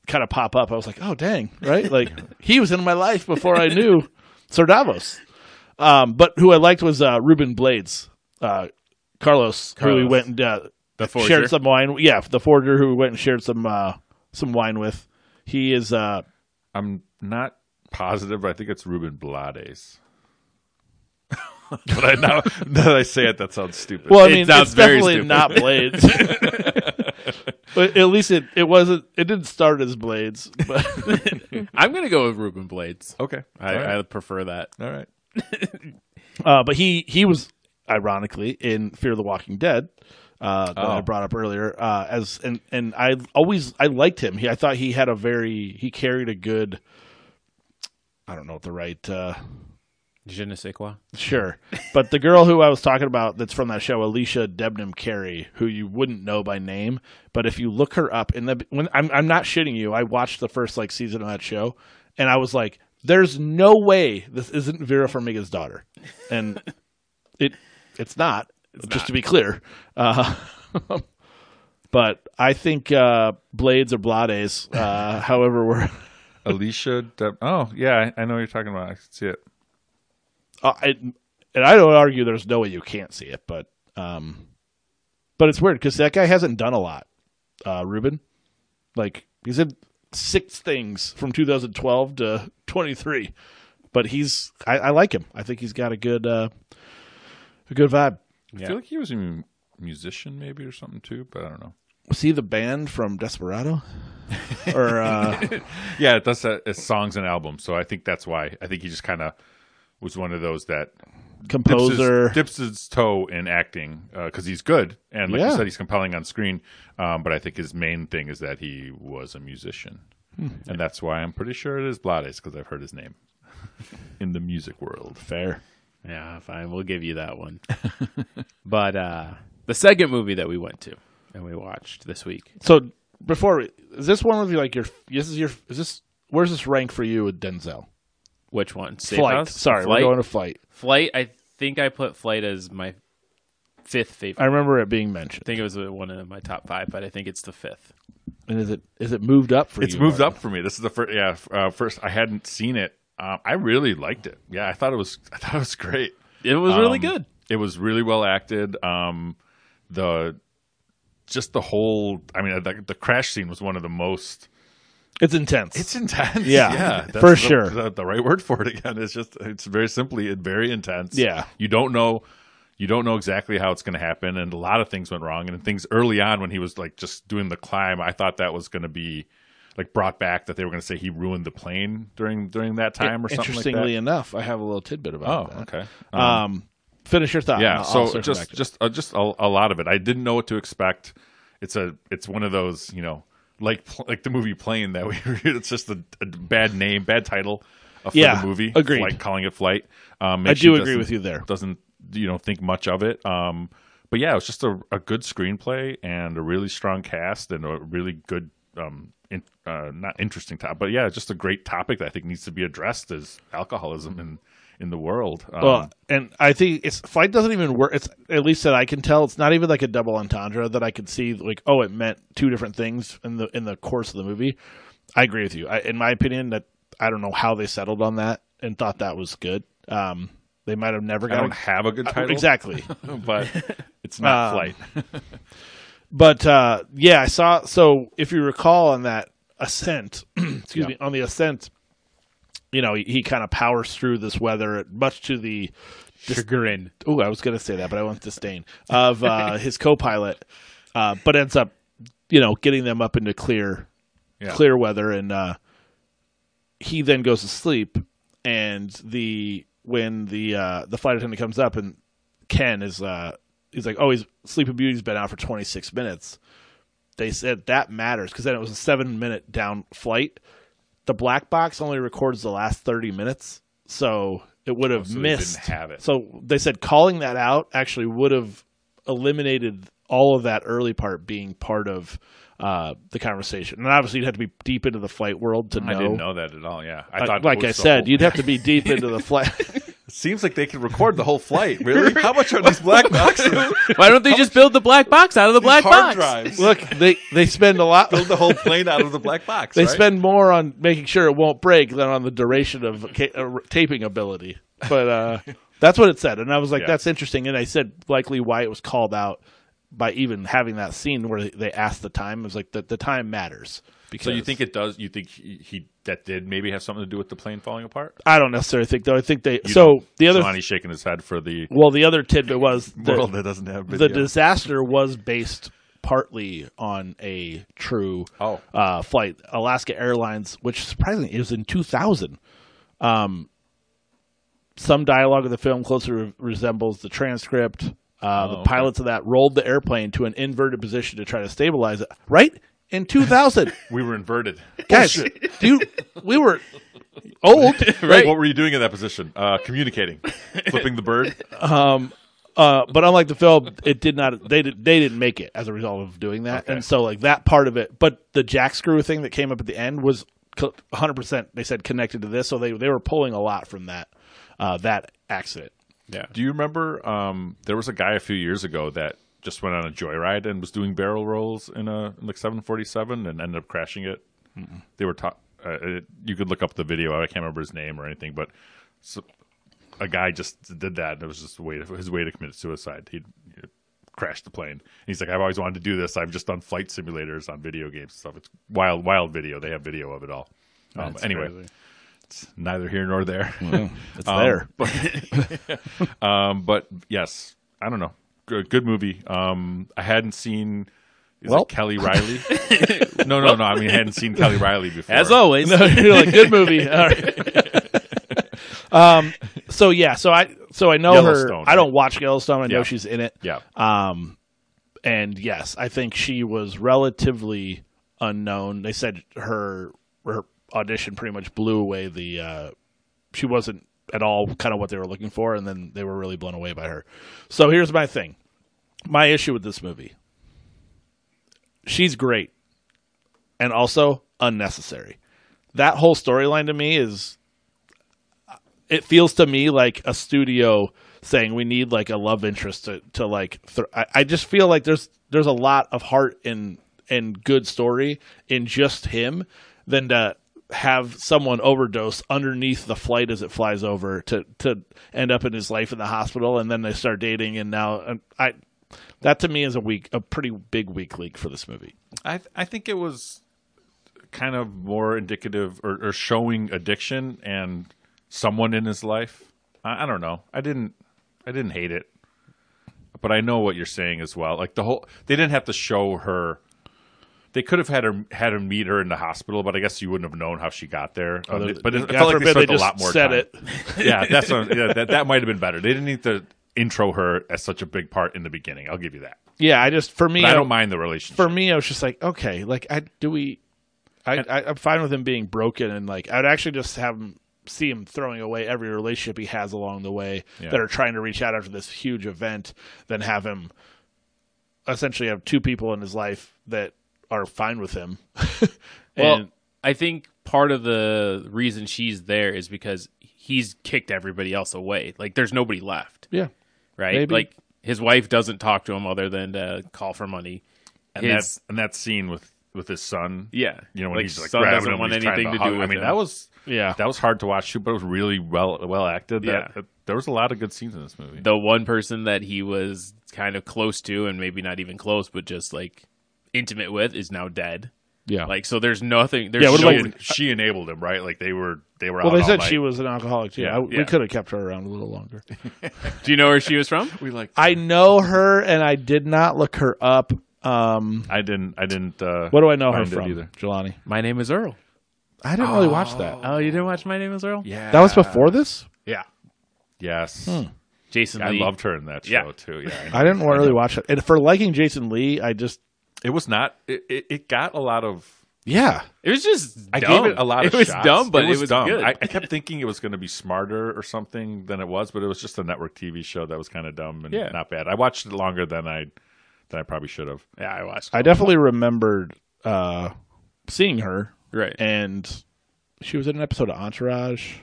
kind of pop up. I was like, oh dang, right? Like he was in my life before I knew Sir Davos. Um, but who I liked was uh, Ruben Blades, uh, Carlos, who we
Carlos.
went and uh,
The forger.
shared some wine. Yeah, the forger who we went and shared some uh, some wine with. He is uh,
I'm not positive, but I think it's Ruben Blades. but I now, now that I say it, that sounds stupid.
Well, I
It
mean,
sounds
it's
very
definitely
stupid.
not Blades. but at least it, it wasn't. It didn't start as Blades, but
I'm gonna go with Ruben Blades.
okay,
I,
all right.
I prefer that.
All right.
Uh, but he he was ironically in Fear the Walking Dead uh, that I
Oh.
brought up earlier uh, as and and I always I liked him. He, I thought he had a very he carried a good. I don't know what the right uh,
Je ne sais quoi.
sure, but the girl who I was talking about that's from that show, Alicia Debnam Carey, who you wouldn't know by name, but if you look her up in the when I'm I'm not shitting you, I watched the first like season of that show, and I was like, "There's no way this isn't Vera Farmiga's daughter," and it it's not. just to be clear, uh, but I think uh, Blades or Blades, uh, however, we're
Alicia. De- oh yeah, I, I know what you're talking about. I can see it.
uh, I, and I don't argue there's no way you can't see it, but um, but it's weird because that guy hasn't done a lot. Uh, Ruben, like he's in six things from 2012 to 23, but he's I, I like him. I think he's got a good uh, a good vibe.
I feel like he was a mu- musician maybe or something too, but I don't know.
Was he the band from Desperado? or uh,
Yeah, it does. That, it's songs and albums, so I think that's why. I think he just kind of was one of those that dips his-
composer?
dips his toe in acting because he's good and like
Yeah.
you said he's compelling on screen um, but i think his main thing is that he was a musician
Hmm.
and that's why i'm pretty sure it is blades because i've heard his name in the music world
Fair.
Yeah, fine. We'll give you that one. but uh, the second movie that we went to and we watched this week.
So before we- is this one of you like your this is your is this where's this rank for you with Denzel?
Which one? Safe
flight.
House?
Sorry,
flight.
we're going to flight.
flight. I think I put flight as my fifth favorite.
I
I
remember it being mentioned.
think it was one of my top five, but I think it's the fifth.
And is it is it moved up for
it's
you?
moved
Martin?
up for me this is the first yeah f- uh, first i hadn't seen it um, i really liked it yeah i thought it was i thought it was great
It was really
Um,
good.
It was really well acted. Um, the just the whole. I mean, the, the crash scene was one of the most.
It's intense.
It's intense.
Yeah,
that's
for
the-
sure.
The, the right word for it again. It's just. It's very simply it very intense.
Yeah.
You don't know. You don't know exactly how it's going to happen, and a lot of things went wrong. And things early on when he was like just doing the climb, I thought that was going to be like brought back that they were going to say he ruined the plane during during that time or something like
Interestingly
that.
enough, I have a little tidbit
Oh,
about that.
okay.
Um, finish your thought. and
yeah
I'll- I'll
so
circle back
just
to it.
just uh, just a, a lot of it i didn't know what to expect it's a it's one of those you know like pl- like the movie plane that we it's just a, a bad name bad title uh, for
Yeah,
the movie
agreed.
Flight, calling it flight um
I
makes you
do agree
doesn't-
with you there.
doesn't you know think much of it um but yeah it was just a, a good screenplay and a really strong cast and a really good um in, uh, not interesting topic but yeah just a great topic that i think needs to be addressed is alcoholism in in the world um,
Well, and I think it's flight doesn't even work. It's at least that I can tell. It's not even like a double entendre that I could see. Like, oh, it meant two different things in the in the course of the movie. I agree with you. I, in my opinion, that I don't know how they settled on that and thought that was good. Um, they might have never
i don't
got uh,
have a good title
exactly.
but it's not
Um,
flight.
But uh, yeah, I saw. So if you recall on that ascent, excuse me, on the ascent, you know, he, he kind of powers through this weather, much to the
Chagrin.
oh, I was going to say that, but I want disdain of uh, his co-pilot, uh, but ends up, you know, getting them up into clear,
Yeah.
clear weather, and uh, he then goes to sleep. And the when the uh, the flight attendant comes up, and Ken is uh, he's like, oh, he's Sleeping Beauty's been out for 26 minutes. They said that matters because then it was a seven minute down flight. The black box only records the last 30 minutes, so it would have
Oh, so they didn't
missed.
have it.
So they said calling that out actually would have eliminated all of that early part being part of uh, the conversation. And obviously, you'd have to be deep into the flight world to know.
I didn't know that at all. Yeah, I
Like-
thought it
like
was
I
the
said,
whole-
you'd have to be deep into the flight.
It seems like they could record the whole flight. Really? How much are these black boxes?
Why don't they just build the black box out of the black box?
Look, they they spend a lot.
Build the whole plane out of the black box.
They
right?
spend more on making sure it won't break than on the duration of ca- uh, taping ability. But uh, that's what it said, and I was like,
Yeah.
"That's interesting." And I said, likely why it was called out by even having that scene where they asked the time. It was like the the time matters. Because
So you think it does? You think he, he that did maybe have something to do with the plane falling apart?
I don't necessarily think though. I think they.
You
so
don't.
the other
Johnny's shaking his head for the
well, the other tidbit was the,
world that doesn't have
the
video.
disaster was based partly on a true
Oh.
uh, flight, Alaska Airlines, which surprisingly it was in 2000. Um, some dialogue of the film closely re- resembles the transcript.
Oh,
Uh, the pilots of that rolled the airplane to an inverted position to try to stabilize it. Right in 2000,
we were inverted.
guys, dude, we were old, right?
What were you doing in that position? Uh, communicating, flipping the bird.
Uh, but unlike the film, it did not. They did, they didn't make it as a result of doing that, and so like that part of it. But the jack screw thing that came up at the end was 100. percent They said connected to this, so they they were pulling a lot from that uh, that accident.
Yeah.
Do you remember? Um, there was a guy a few years ago that just went on a joyride and was doing barrel rolls in a like 747 and ended up crashing it. They were ta Uh, it, you could look up the video. I can't remember his name or anything, but so, a guy just did that. And it was just a way to, his way to commit suicide. He he crashed the plane. And he's like, I've always wanted to do this. I've just done flight simulators on video games and stuff. It's wild, wild video. They have video of it all. Um, anyway, it's neither here nor there.
It's
Um,
there.
Um, but yes, I don't know. Good, good movie. Um, I hadn't seen is
Well.
it Kelly Riley. no, no, no. I mean, I hadn't seen Kelly Riley before.
As always.
You're like good movie. All right. um. So yeah. So I. So I know her.
Yellowstone,
I don't watch Yellowstone. I know
Yeah.
she's in it.
Yeah.
Um, and yes, I think she was relatively unknown. They said her her audition pretty much blew away the. Uh, she wasn't at all kind of what they were looking for, and then they were really blown away by her. So here's my thing, my issue with this movie. She's great, and also unnecessary. That whole storyline to me is it feels to me like a studio saying we need like a love interest to, to like th- I, I just feel like there's there's a lot of heart and and good story in just him than to have someone overdose underneath the flight as it flies over to to end up in his life in the hospital and then they start dating and now and I that to me is a week a pretty big weak leak for this movie.
I I think it was kind of more indicative or, or showing addiction and someone in his life. I, I don't know. I didn't I didn't hate it, but I know what you're saying as well. Like the whole they didn't have to show her They could have had her had her meet her in the hospital, but I guess you wouldn't have known how she got there. Um,
Other-
they- but it, it
God
felt like they
forbid
spent a
just
lot more
said
time.
it.
yeah, that's what, yeah, that that might have been better. They didn't need to intro her as such a big part in the beginning. I'll give you that.
Yeah, I just for me,
But I
I-
don't mind the relationship.
for me, I was just like, okay, like I do we, I, I I'm fine with him being broken and like I'd actually just have him see him throwing away every relationship he has along the way
Yeah.
that are trying to reach out after this huge event, than have him essentially have two people in his life that are fine with him.
Well,
And-
I think part of the reason she's there is because he's kicked everybody else away. Like there's nobody left,
yeah,
right?
Maybe.
Like his wife doesn't talk to him other than to call for money.
and
his-
that and that scene with with his son.
Yeah,
You know, when
like
he's like
son
grabbing
doesn't
him,
want
he's trying
anything to,
hug-
do with
I mean,
him.
that was
yeah,
that was hard to watch too, but it was really well well acted. That,
Yeah.
that- there was a lot of good scenes in this movie.
the one person that he was kind of close to, and maybe not even close, but just like intimate with, is now dead.
yeah.
Like so, there's nothing. There's
Yeah, what
she,
no-
about-
en- she enabled him, right? Like they were they were.
well,
out
they
all
said
night.
she was an alcoholic too.
Yeah,
I- We
yeah.
could have kept her around a little longer.
do you know where she was from?
We like.
I know her, and I did not look her up. Um,
I didn't. I didn't. Uh,
what do I know her
Find it
from?
either.
Jelani.
My name is Earl.
I didn't really watch that.
Oh, you didn't watch My Name Is Earl?
Yeah,
That was before this.
Yeah. Yes,
Jason.
I
Lee.
loved her in that show
Hmm. Yeah.
too. Yeah, I know.
I didn't really watch it. And for liking Jason Lee, I just
it was not. It, it, it got a lot of
yeah.
It was just.
I
dumb.
gave it a lot of
It was
shots.
dumb, but it was, good.
I, I kept thinking it was going to be smarter or something than it was, but it was just a network TV show that was kind of dumb and
Yeah.
not bad. I watched it longer than I than I probably should have.
yeah, I watched.
I definitely remembered uh seeing her
right.
and she was in an episode of Entourage.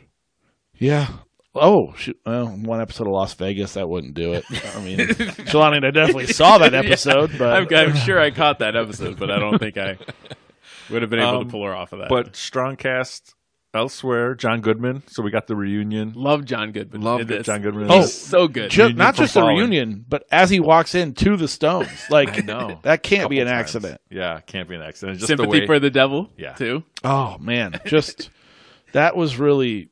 Yeah. Oh, she, well, one episode of Las Vegas that wouldn't do it. I mean, Jelani and I definitely saw that episode,
I'm,
but
I'm sure I caught that episode, but I don't think I would have been able
Um,
to pull her off of that.
But strong cast elsewhere. John Goodman. So we got the reunion.
love John Goodman.
Loved
That's-
it, John Goodman.
He's
Oh,
so good.
ju-
Reunion
not
for
just the
Fallen.
reunion, but as he walks into the Stones, like
know.
that can't be an
Couple times.
accident.
Yeah, can't be an accident. Just
Sympathy
the way,
for the Devil.
Yeah.
too.
Oh man, just that was really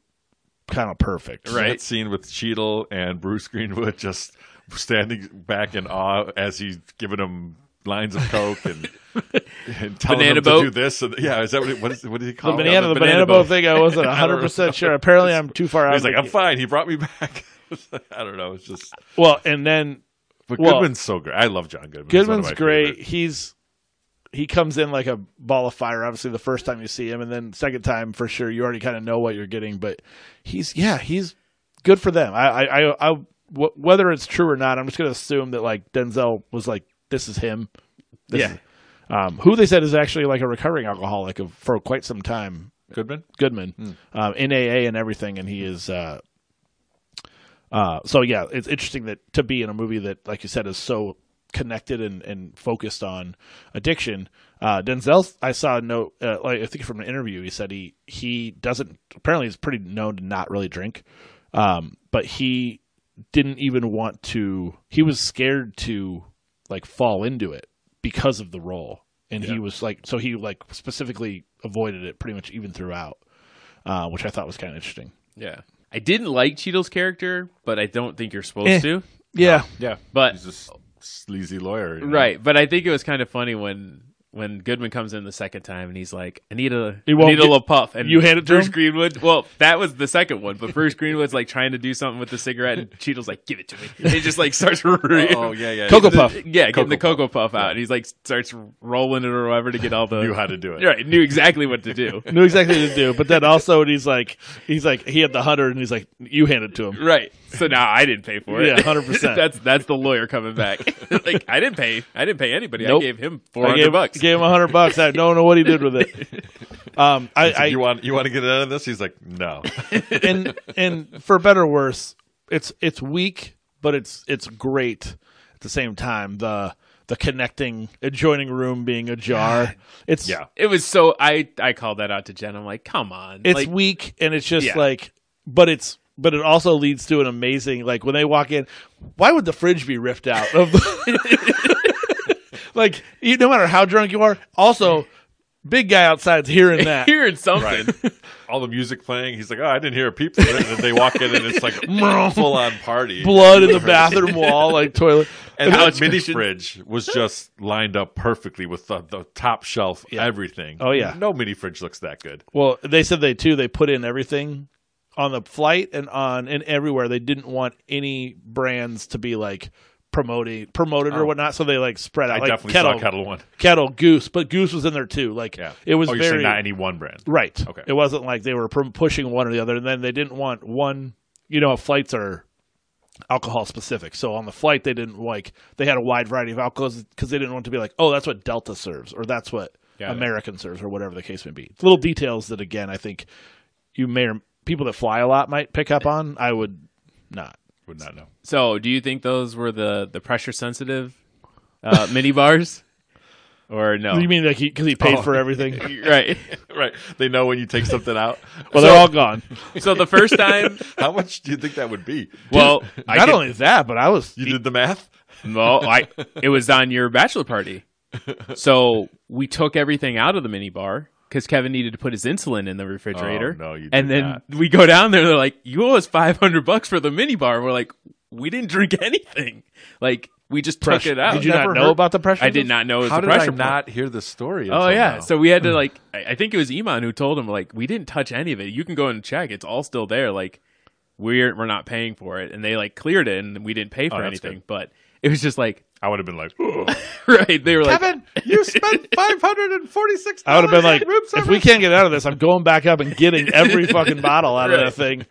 kind of perfect.
Right.
that scene with Cheadle and Bruce Greenwood just standing back in awe as he's giving him lines of coke and. And telling
Banana
him
boat.
to do this, and yeah, is that what? It, what is? What did he
The
call it?
banana, the, banana, boat thing. I wasn't
I don't
hundred percent sure. Apparently, I'm too far out.
He's
of
like,
the
I'm
game."
fine. He brought me back. I don't know. It's just,
well, and then
but
Well-
Goodman's so great. I love John Goodman. He's one of
Goodman's
my
great.
favorite.
He's he comes in like a ball of fire. Obviously, the first time you see him, and then second time for sure, you already kind of know what you're getting. But he's yeah, he's good for them. I I I, I w- whether it's true or not, I'm just gonna assume that like Denzel was like, this is him. This
Yeah.
is- um, who they said is actually like a recovering alcoholic of, for quite some time.
Goodman.
Goodman um, in AA and everything, and he is. Uh, uh, so yeah, it's interesting that to be in a movie that, like you said, is so connected and, and focused on addiction. Uh, Denzel, I saw a note, uh, like I think from an interview, he said he he doesn't. Apparently, he's pretty known to not really drink, um, but he didn't even want to. He was scared to like fall into it because of the role, and he
Yeah.
was like, so he like specifically avoided it pretty much even throughout uh, which I thought was kind of interesting.
Yeah, I didn't like Cheadle's character, but I don't think you're supposed
Eh.
to.
Yeah,
Yeah,
But-
he's just sleazy lawyer. you know?
Right, but I think it was kind of funny when when Goodman comes in the second time and he's like, "I need a, I
won't
need a
get-
little puff." And
you hand it to
Bruce
him?
Greenwood. Well, that was the second one, but Bruce Greenwood's like trying to do something with the cigarette, and Cheadle's like, "Give it to me." And he just like starts. re-
Oh yeah, yeah.
Cocoa
He
Puff.
Yeah, getting the
Cocoa
cocoa puff out, and he's like starts rolling it or whatever to get all the.
Knew how to do it.
Right, knew exactly what to do.
knew exactly what to do. But then also, when he's like, he's like, he had the hunter, and he's like, you hand it to him.
Right. So now I didn't pay for it.
Yeah, 100%.
That's that's the lawyer coming back. like I didn't pay. I didn't pay anybody.
Nope.
I gave him four
I
hundred
gave,
bucks.
gave him a hundred bucks. I don't know what he did with it. Um, I,
He's like,
I
you want you want to get out of this? He's like, no.
and and for better or worse, it's it's weak, but it's it's great at the same time. The the connecting adjoining room being ajar. It's
Yeah.
It was so I I called that out to Jen. I'm like, come on.
it's
like,
weak and it's just
Yeah.
like but it's but it also leads to an amazing like when they walk in why would the fridge be ripped out e, of the like you, no matter how drunk you are also big guy outside's hearing that.
Hearing something.
All the music playing. He's like, oh, I didn't hear a peep from it. And then they walk in and it's like full on party.
Blood in the bathroom wall, like toilet.
And the mini fridge was just lined up perfectly with the, the top shelf, everything.
Oh, yeah.
No mini fridge looks that good.
Well, they said they too. They put in everything on the flight and on and everywhere. They didn't want any brands to be like promoting promoted or whatnot. So they like spread out.
Oh. I
like
definitely
kettle,
saw Kettle One.
Kettle, Goose, but Goose was in there too. Like
Yeah.
it was
oh, you're
very
saying not any one brand.
right.
Okay.
It wasn't like they were pr- pushing one or the other, and then they didn't want one. You know, flights are alcohol specific. So on the flight, they didn't like they had a wide variety of alcohols because they didn't want to be like, oh, that's what Delta serves, or that's what
Got it.
American serves, or whatever the case may be. Little details that again, I think you may or people that fly a lot might pick up on. I would not.
Would not know.
So, do you think those were the the pressure sensitive uh, mini bars, or
Oh.
no?
You mean like because he, paid for everything?
right.
Right. They know when you take something out.
Well, they're all gone.
So the first time,
How much do you think that would be?
well, I
Not
can-
only that, but I was
You did the math?
no, I it was on your bachelor party. So we took everything out of the mini bar because Kevin needed to put his insulin in the refrigerator.
Oh, no, you did
and then
not.
we go down there. They're like, "You owe us five hundred bucks for the mini bar." We're like, "We didn't drink anything. Like we just took it out."
Did you not
Never
know
heard-
about the pressure?
I did not know it was
How
Oh, the
did I
pressure point.
not hear the story?
Oh
until
yeah,
now?
so we had to like. I I think it was Iman who told him like we didn't touch any of it. You can go and check; it's all still there. Like we're we're not paying for it, and they like cleared it, and we didn't pay for
Oh, that's
anything. But it was just like
I would have been like,
right. They were like,
Kevin, you spent five hundred and forty-six.
I would have been like, if we can't get out of this, I'm going back up and getting every fucking bottle out of that thing.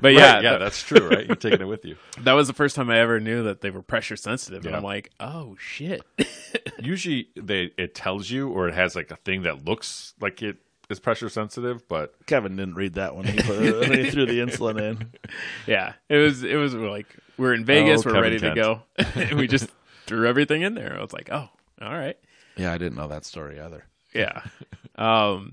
but yeah,
yeah,
that,
that's true, right? You're taking it with you.
that was the first time I ever knew that they were pressure sensitive, and
Yeah.
I'm like, oh shit.
Usually, they it tells you, or it has like a thing that looks like it is pressure sensitive, but
Kevin didn't read that one. He, put, he threw the insulin in.
yeah, Oh, it was it was like we're in Vegas, we're
Kevin
ready
Kent.
to go. and we just threw everything in there. I was like, oh, all right.
Yeah, I didn't know that story either.
Yeah. Um,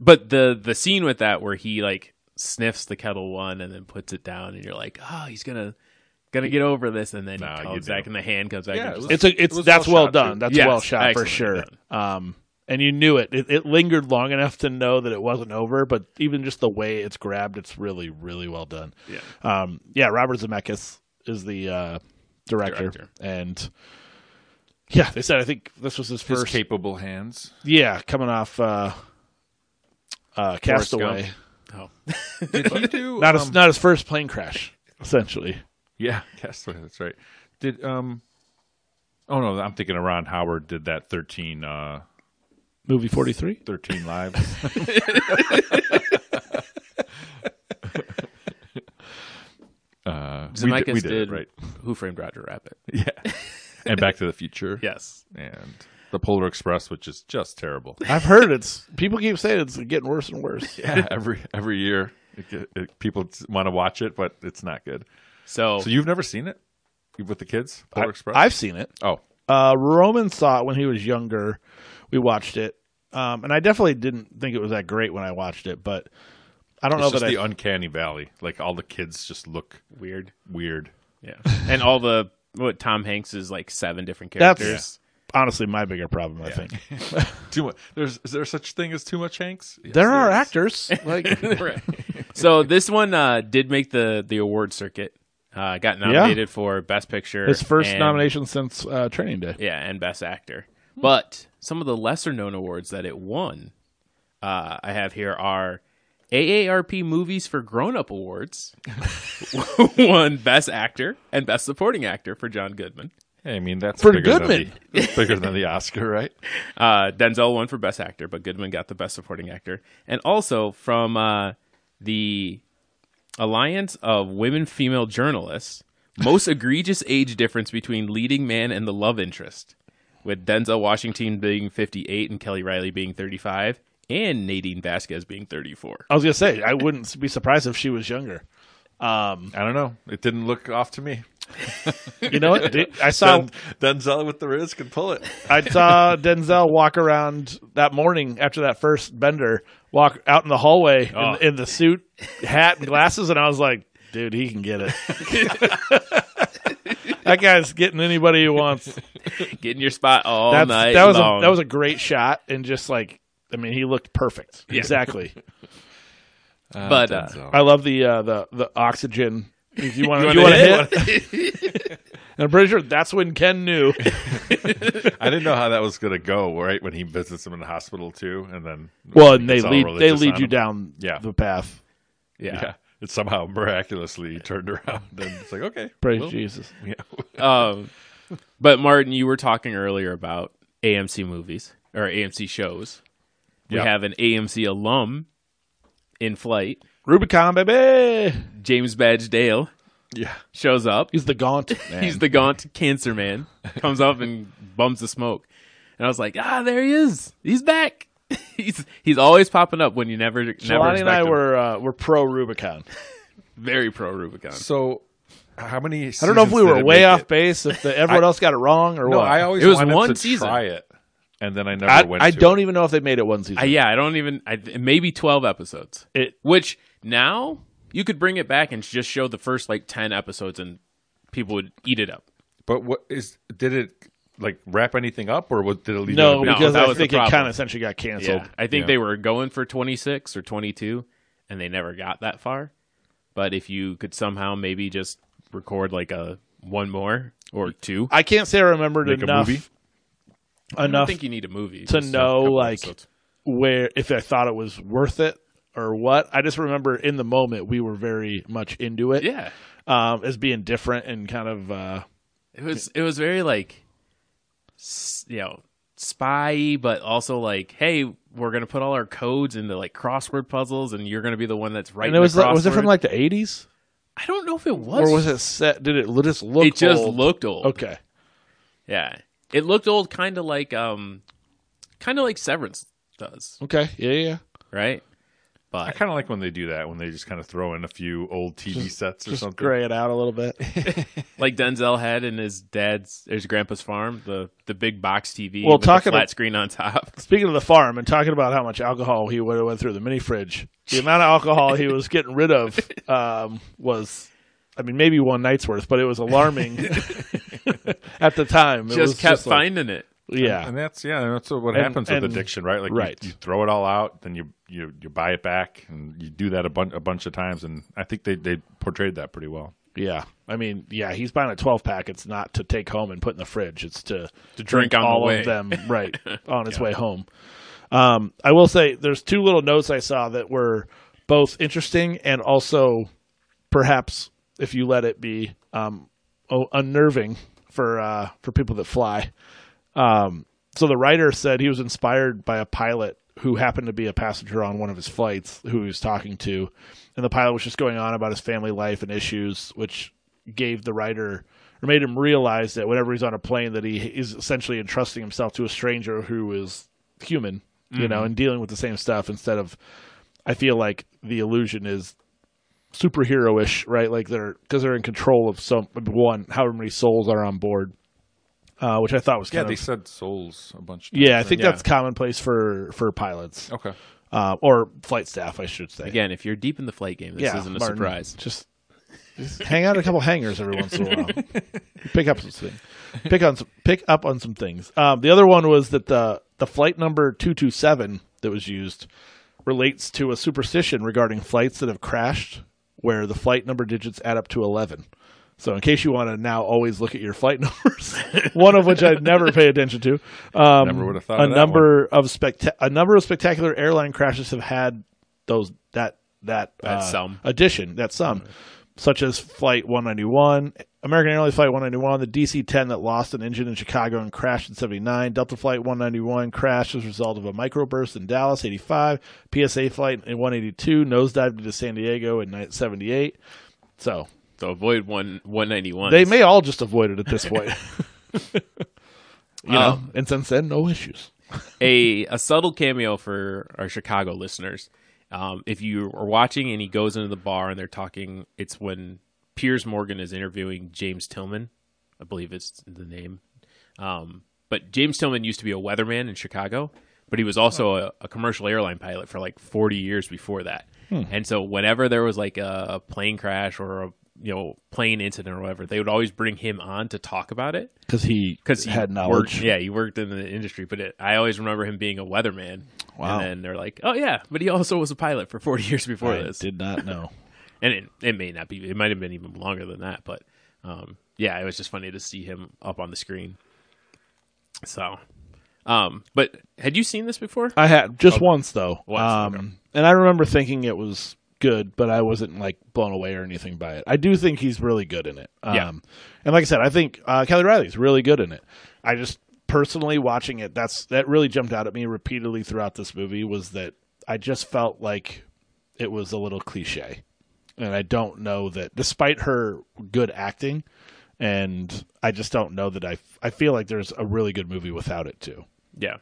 but the the scene with that where he like sniffs the kettle one and then puts it down, and you're like, oh, he's gonna gonna get over this, and then
Nah,
he
you
comes
do.
back and the hand comes back.
Yeah,
and
it
just
was-
like,
It's a, it's
was
that's
well
well
shot,
done.
too.
That's
Yes,
well shot for
excellently
sure. Um, and you knew it. it. It lingered long enough to know that it wasn't over. But even just the way it's grabbed, it's really really well done.
yeah.
Um, yeah, Robert Zemeckis is the uh, director,
Director.
and yeah, they said I think this was his
his
first.
capable hands.
Yeah, coming off uh, uh, Castaway,
Oh,
Did he do
not his
um,
not his first plane crash, essentially.
Yeah, Castaway. That's right. Did um. Oh no, I'm thinking of Ron Howard did that 13, uh,
Movie forty three.
13 live. uh, we
Zemeckis
did, we did, it,
did
right.
Who Framed Roger Rabbit?
Yeah. And Back to the Future.
Yes.
And The Polar Express, which is just terrible.
I've heard it's people keep saying it's getting worse and worse.
Yeah. Every every year, it, get- it, people want to watch it, but it's not good.
So,
So you've never seen it You- with the kids, Polar Express?
I, have seen it.
oh,
Uh, Roman saw it when he was younger. We watched it, um, and I definitely didn't think it was that great when I watched it. But I don't
it's
know
just
that
the
I,
uncanny valley. Like all the kids just look
weird.
weird.
Yeah. and all the what Tom Hanks is like seven different
That's-
characters.
honestly my bigger problem. I think
Too much. There's is there such thing as too much Hanks? Yes,
there are
is.
actors like
Right. so this one uh, did make the the award circuit. Uh, got nominated for Best Picture.
his first
and-
nomination since uh, Training Day.
Yeah, and Best Actor. But some of the lesser known awards that it won, uh, I have here are AARP Movies for Grown Up Awards won Best Actor and Best Supporting Actor for John Goodman.
I mean, that's
For
bigger
Goodman.
Than the, that's bigger than the Oscar, right?
Uh, Denzel won for Best Actor, but Goodman got the Best Supporting Actor. And also from uh, the Alliance of Women Female Journalists, most egregious age difference between leading man and the love interest, with Denzel Washington being 58 and Kelly Riley being 35 and Nadine Vasquez being 34.
I was gonna say I wouldn't be surprised if she was younger. Um,
I don't know. It didn't look off to me.
you know what? Dude, I saw
Den- Denzel with the Riz can pull it.
I saw Denzel walk around that morning after that first bender, walk out in the hallway
Oh.
in, in the suit, hat, and glasses, and I was like, dude, he can get it. that guy's getting anybody he wants.
Get in your spot all
That's
night
that was
long.
a that was a great shot and just like I mean, he looked perfect. Exactly.
But, uh,
I love the uh, the the oxygen. If you want to
wanna
hit, and I'm pretty sure that's when Ken knew.
I didn't know how that was going to go. Right when he visits him in the hospital too, and then
Well, and they
it's all
lead they
religious
lead
on
you
him.
down
Yeah.
the path.
Yeah.
yeah.
It somehow miraculously turned around, and it's like okay,
Praise
well,
Jesus.
yeah.
Um, but Martin, you were talking earlier about AMC movies or AMC shows. We
Yeah.
have an AMC alum in flight.
Rubicon, baby.
James Badge Dale
yeah.
shows up.
He's the gaunt. Man.
He's the gaunt cancer man. Comes up and bums the smoke. And I was like, ah, there he is. He's back. he's he's always popping up when you never never
Jelani and
expect
I
him.
were uh, were pro Rubicon.
very pro Rubicon.
So, how many?
I don't know if we were way off base, if the, everyone else got it wrong or
No,
what.
I always
It was
wanted
one
to
season.
try it, and then I never
I,
went.
I
to
don't
It.
even know if they made it one season.
I, yeah, I don't even. I, maybe twelve episodes.
It-
which now you could bring it back and just show the first like ten episodes, and people would eat it up.
But what is? Did it like wrap anything up, or what, did it leave?
no,
it open?
No,
because
that
I
was the
think it
problem.
kind of essentially got canceled.
Yeah, I think
yeah.
they were going for twenty six or twenty two, and they never got that far. But if you could somehow maybe just record like a one more or two,
I can't say I remembered
Make a
enough
movie?
I don't
enough
think you need a movie
to
just a
know
couple
like
episodes.
where if I thought it was worth it or what. I just remember in the moment we were very much into it.
Yeah,
um, as being different and kind of uh,
it was it was very like s- you know spy but also like hey we're gonna put all our codes into like crossword puzzles and you're gonna be the one that's right
and it was like, was it from like the eighties
i don't know if it was
or was it set? Did it just look?
it just
old?
looked old
okay.
yeah it looked old kind of like um kind of like severance does
Okay, yeah, yeah.
right
I
but
kind of like when they do that when they just kind of throw in a few old TV sets or
Just
something.
gray it out a little bit.
like denzel had in his dad's his grandpa's farm the the big box tv
Well,
with the
talking
flat
of-
screen on top
Speaking of the farm and talking about how much alcohol he would have went through the mini fridge, the amount of alcohol he was getting rid of um, was, I mean, maybe one night's worth, but it was alarming at the time. It was
just kept
like-
finding it
yeah,
And that's yeah, that's what
And-
happens
and-
with addiction, right? Like you-
right.
You, throw it all out, then you you you buy it back, and you do that a bunch a bunch of times, and I think they they portrayed that pretty well.
yeah. I mean, yeah, he's buying a twelve pack. It's not to take home and put in the fridge. It's to
to drink on
all
the way
of them right on its way home. Um, I will say there's two little notes I saw that were both interesting and also perhaps if you let it be um, o- unnerving for uh, for people that fly. Um, so the writer said he was inspired by a pilot who happened to be a passenger on one of his flights who he was talking to, and the pilot was just going on about his family life and issues, which gave the writer or made him realize that whenever he's on a plane that he is essentially entrusting himself to a stranger who is human, you
Mm-hmm.
know, and dealing with the same stuff instead of I feel like the illusion is superhero-ish, right? Like they're because they're in control of some one, however many souls are on board, uh, which I thought was
Yeah,
kind of
they said souls a bunch. Of
yeah, I think
yeah.
that's commonplace for for pilots
okay.
uh, or flight staff, I should say.
Again, if you're deep in the flight game, this
yeah,
isn't a
Martin,
surprise.
Just, just hang out at a couple hangars every once in a while. pick up some things. Pick on some, pick up on some things. Um, the other one was that the the flight number two two seven that was used relates to a superstition regarding flights that have crashed, where the flight number digits add up to eleven. So, in case you want to now always look at your flight numbers, one of which I never pay attention to, um,
Never would've thought
a
of that
number of specta- a number of spectacular airline crashes have had those that that uh,
That sum.
addition that sum, such as Flight 191, American Airlines Flight 191, the DC-10 that lost an engine in Chicago and crashed in 79, Delta Flight 191 crashed as a result of a microburst in Dallas 85, PSA Flight 182 nosedived into San Diego in ni- 78. So
So avoid one 191.
they may all just avoid it at this point. you know,
Um,
and since then, no issues.
a a subtle cameo for our Chicago listeners. Um, if you are watching and he goes into the bar and they're talking, it's when Piers Morgan is interviewing James Tillman. I believe it's the name. Um, but James Tillman used to be a weatherman in Chicago, but he was also a, a commercial airline pilot for like 40 years before that. And so whenever there was like a, a plane crash or a you know plane incident or whatever, they would always bring him on to talk about it
Because he,
because he
had
worked-
knowledge.
yeah, he worked in the industry, but it, I always remember him being a weatherman
Wow.
And then they're like, oh, yeah, but he also was a pilot for 40 years before
I
this.
did not know.
And it, it may not be, it might have been even longer than that. But um, yeah, it was just funny to see him up on the screen. So, um, but had you seen this before?
I had just once though.
Once, okay.
Um, and I remember thinking it was good, but I wasn't like blown away or anything by it. I do think he's really good in it. Um,
Yeah.
and like I said, I think uh, Kelly Riley's really good in it. I just personally watching it, that's that really jumped out at me repeatedly throughout this movie was that I just felt like it was a little cliche, and I don't know that despite her good acting. And I just don't know that I. I feel like there's a really good movie without it too.
Yeah.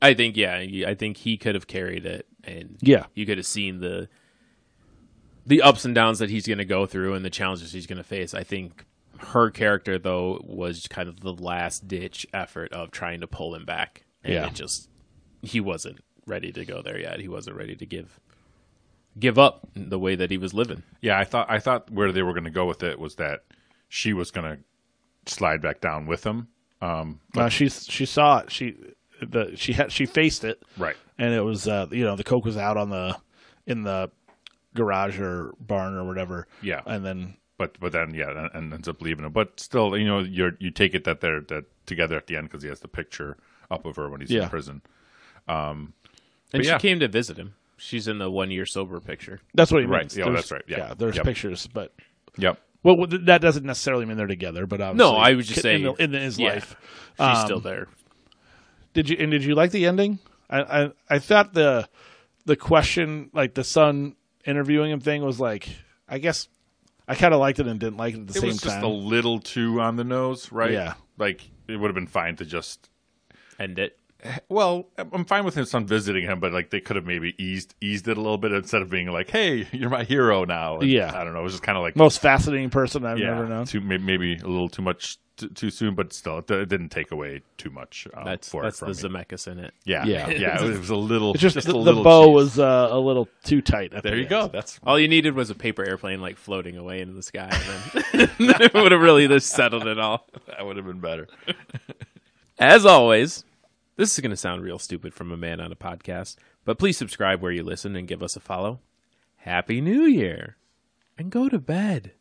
I think, yeah, you- I think he could have carried it. And
Yeah.
you could have seen the the ups and downs that he's going to go through and the challenges he's going to face. I think her character though was kind of the last ditch effort of trying to pull him back, and
Yeah.
it just he wasn't ready to go there yet. He wasn't ready to give give up the way that he was living.
Yeah, I thought I thought where they were going to go with it was that she was going to slide back down with him. Um,
Well, Uh, she she saw it. She the she had she faced it.
Right.
And it was uh you know the coke was out on the in the garage or barn or whatever.
Yeah.
And then
but but then yeah, and- and ends up leaving him. But still, you know, you you take it that they're that together at the end because he has the picture up of her when he's
Yeah.
in prison.
And
But
she
yeah.
came to visit him. She's in the one year sober picture.
that's what he
Right.
means.
Yeah,
There's-
that's right. Yeah.
There's
Yep.
pictures, but
Yep.
well th- that doesn't necessarily mean they're together. But obviously,
No, I was just
in
saying-
the- in, his
yeah.
life.
She's
Um,
still there.
Did you and did you like the ending? I I, I thought the the question like the son interviewing him thing was like I guess I kind of liked it and didn't like it at the
It
same
was just
time.
a little too on the nose, right?
Yeah.
Like it would have been fine to just.
End it.
Well, I'm fine with his son visiting him, but like they could have maybe eased eased it a little bit instead of being like, "Hey, you're my hero now." And
Yeah.
I don't know. It was just kind of like
Most fascinating person I've
yeah,
ever known.
Too, may- maybe a little too much t- too soon, but still, it, it didn't take away too much. Um,
That's
for it
that's the
from me.
Zemeckis in it.
yeah,
Yeah.
yeah, yeah. It was a little,
It's
just,
just,
a
the,
little.
the bow
cheese.
was uh, a little too tight. At
There you go. That's
All you needed was a paper airplane like floating away into the sky, and then, then it would have really just settled it all.
that would have been better.
As always, this is going to sound real stupid from a man on a podcast, but please subscribe where you listen and give us a follow. Happy New Year, and go to bed.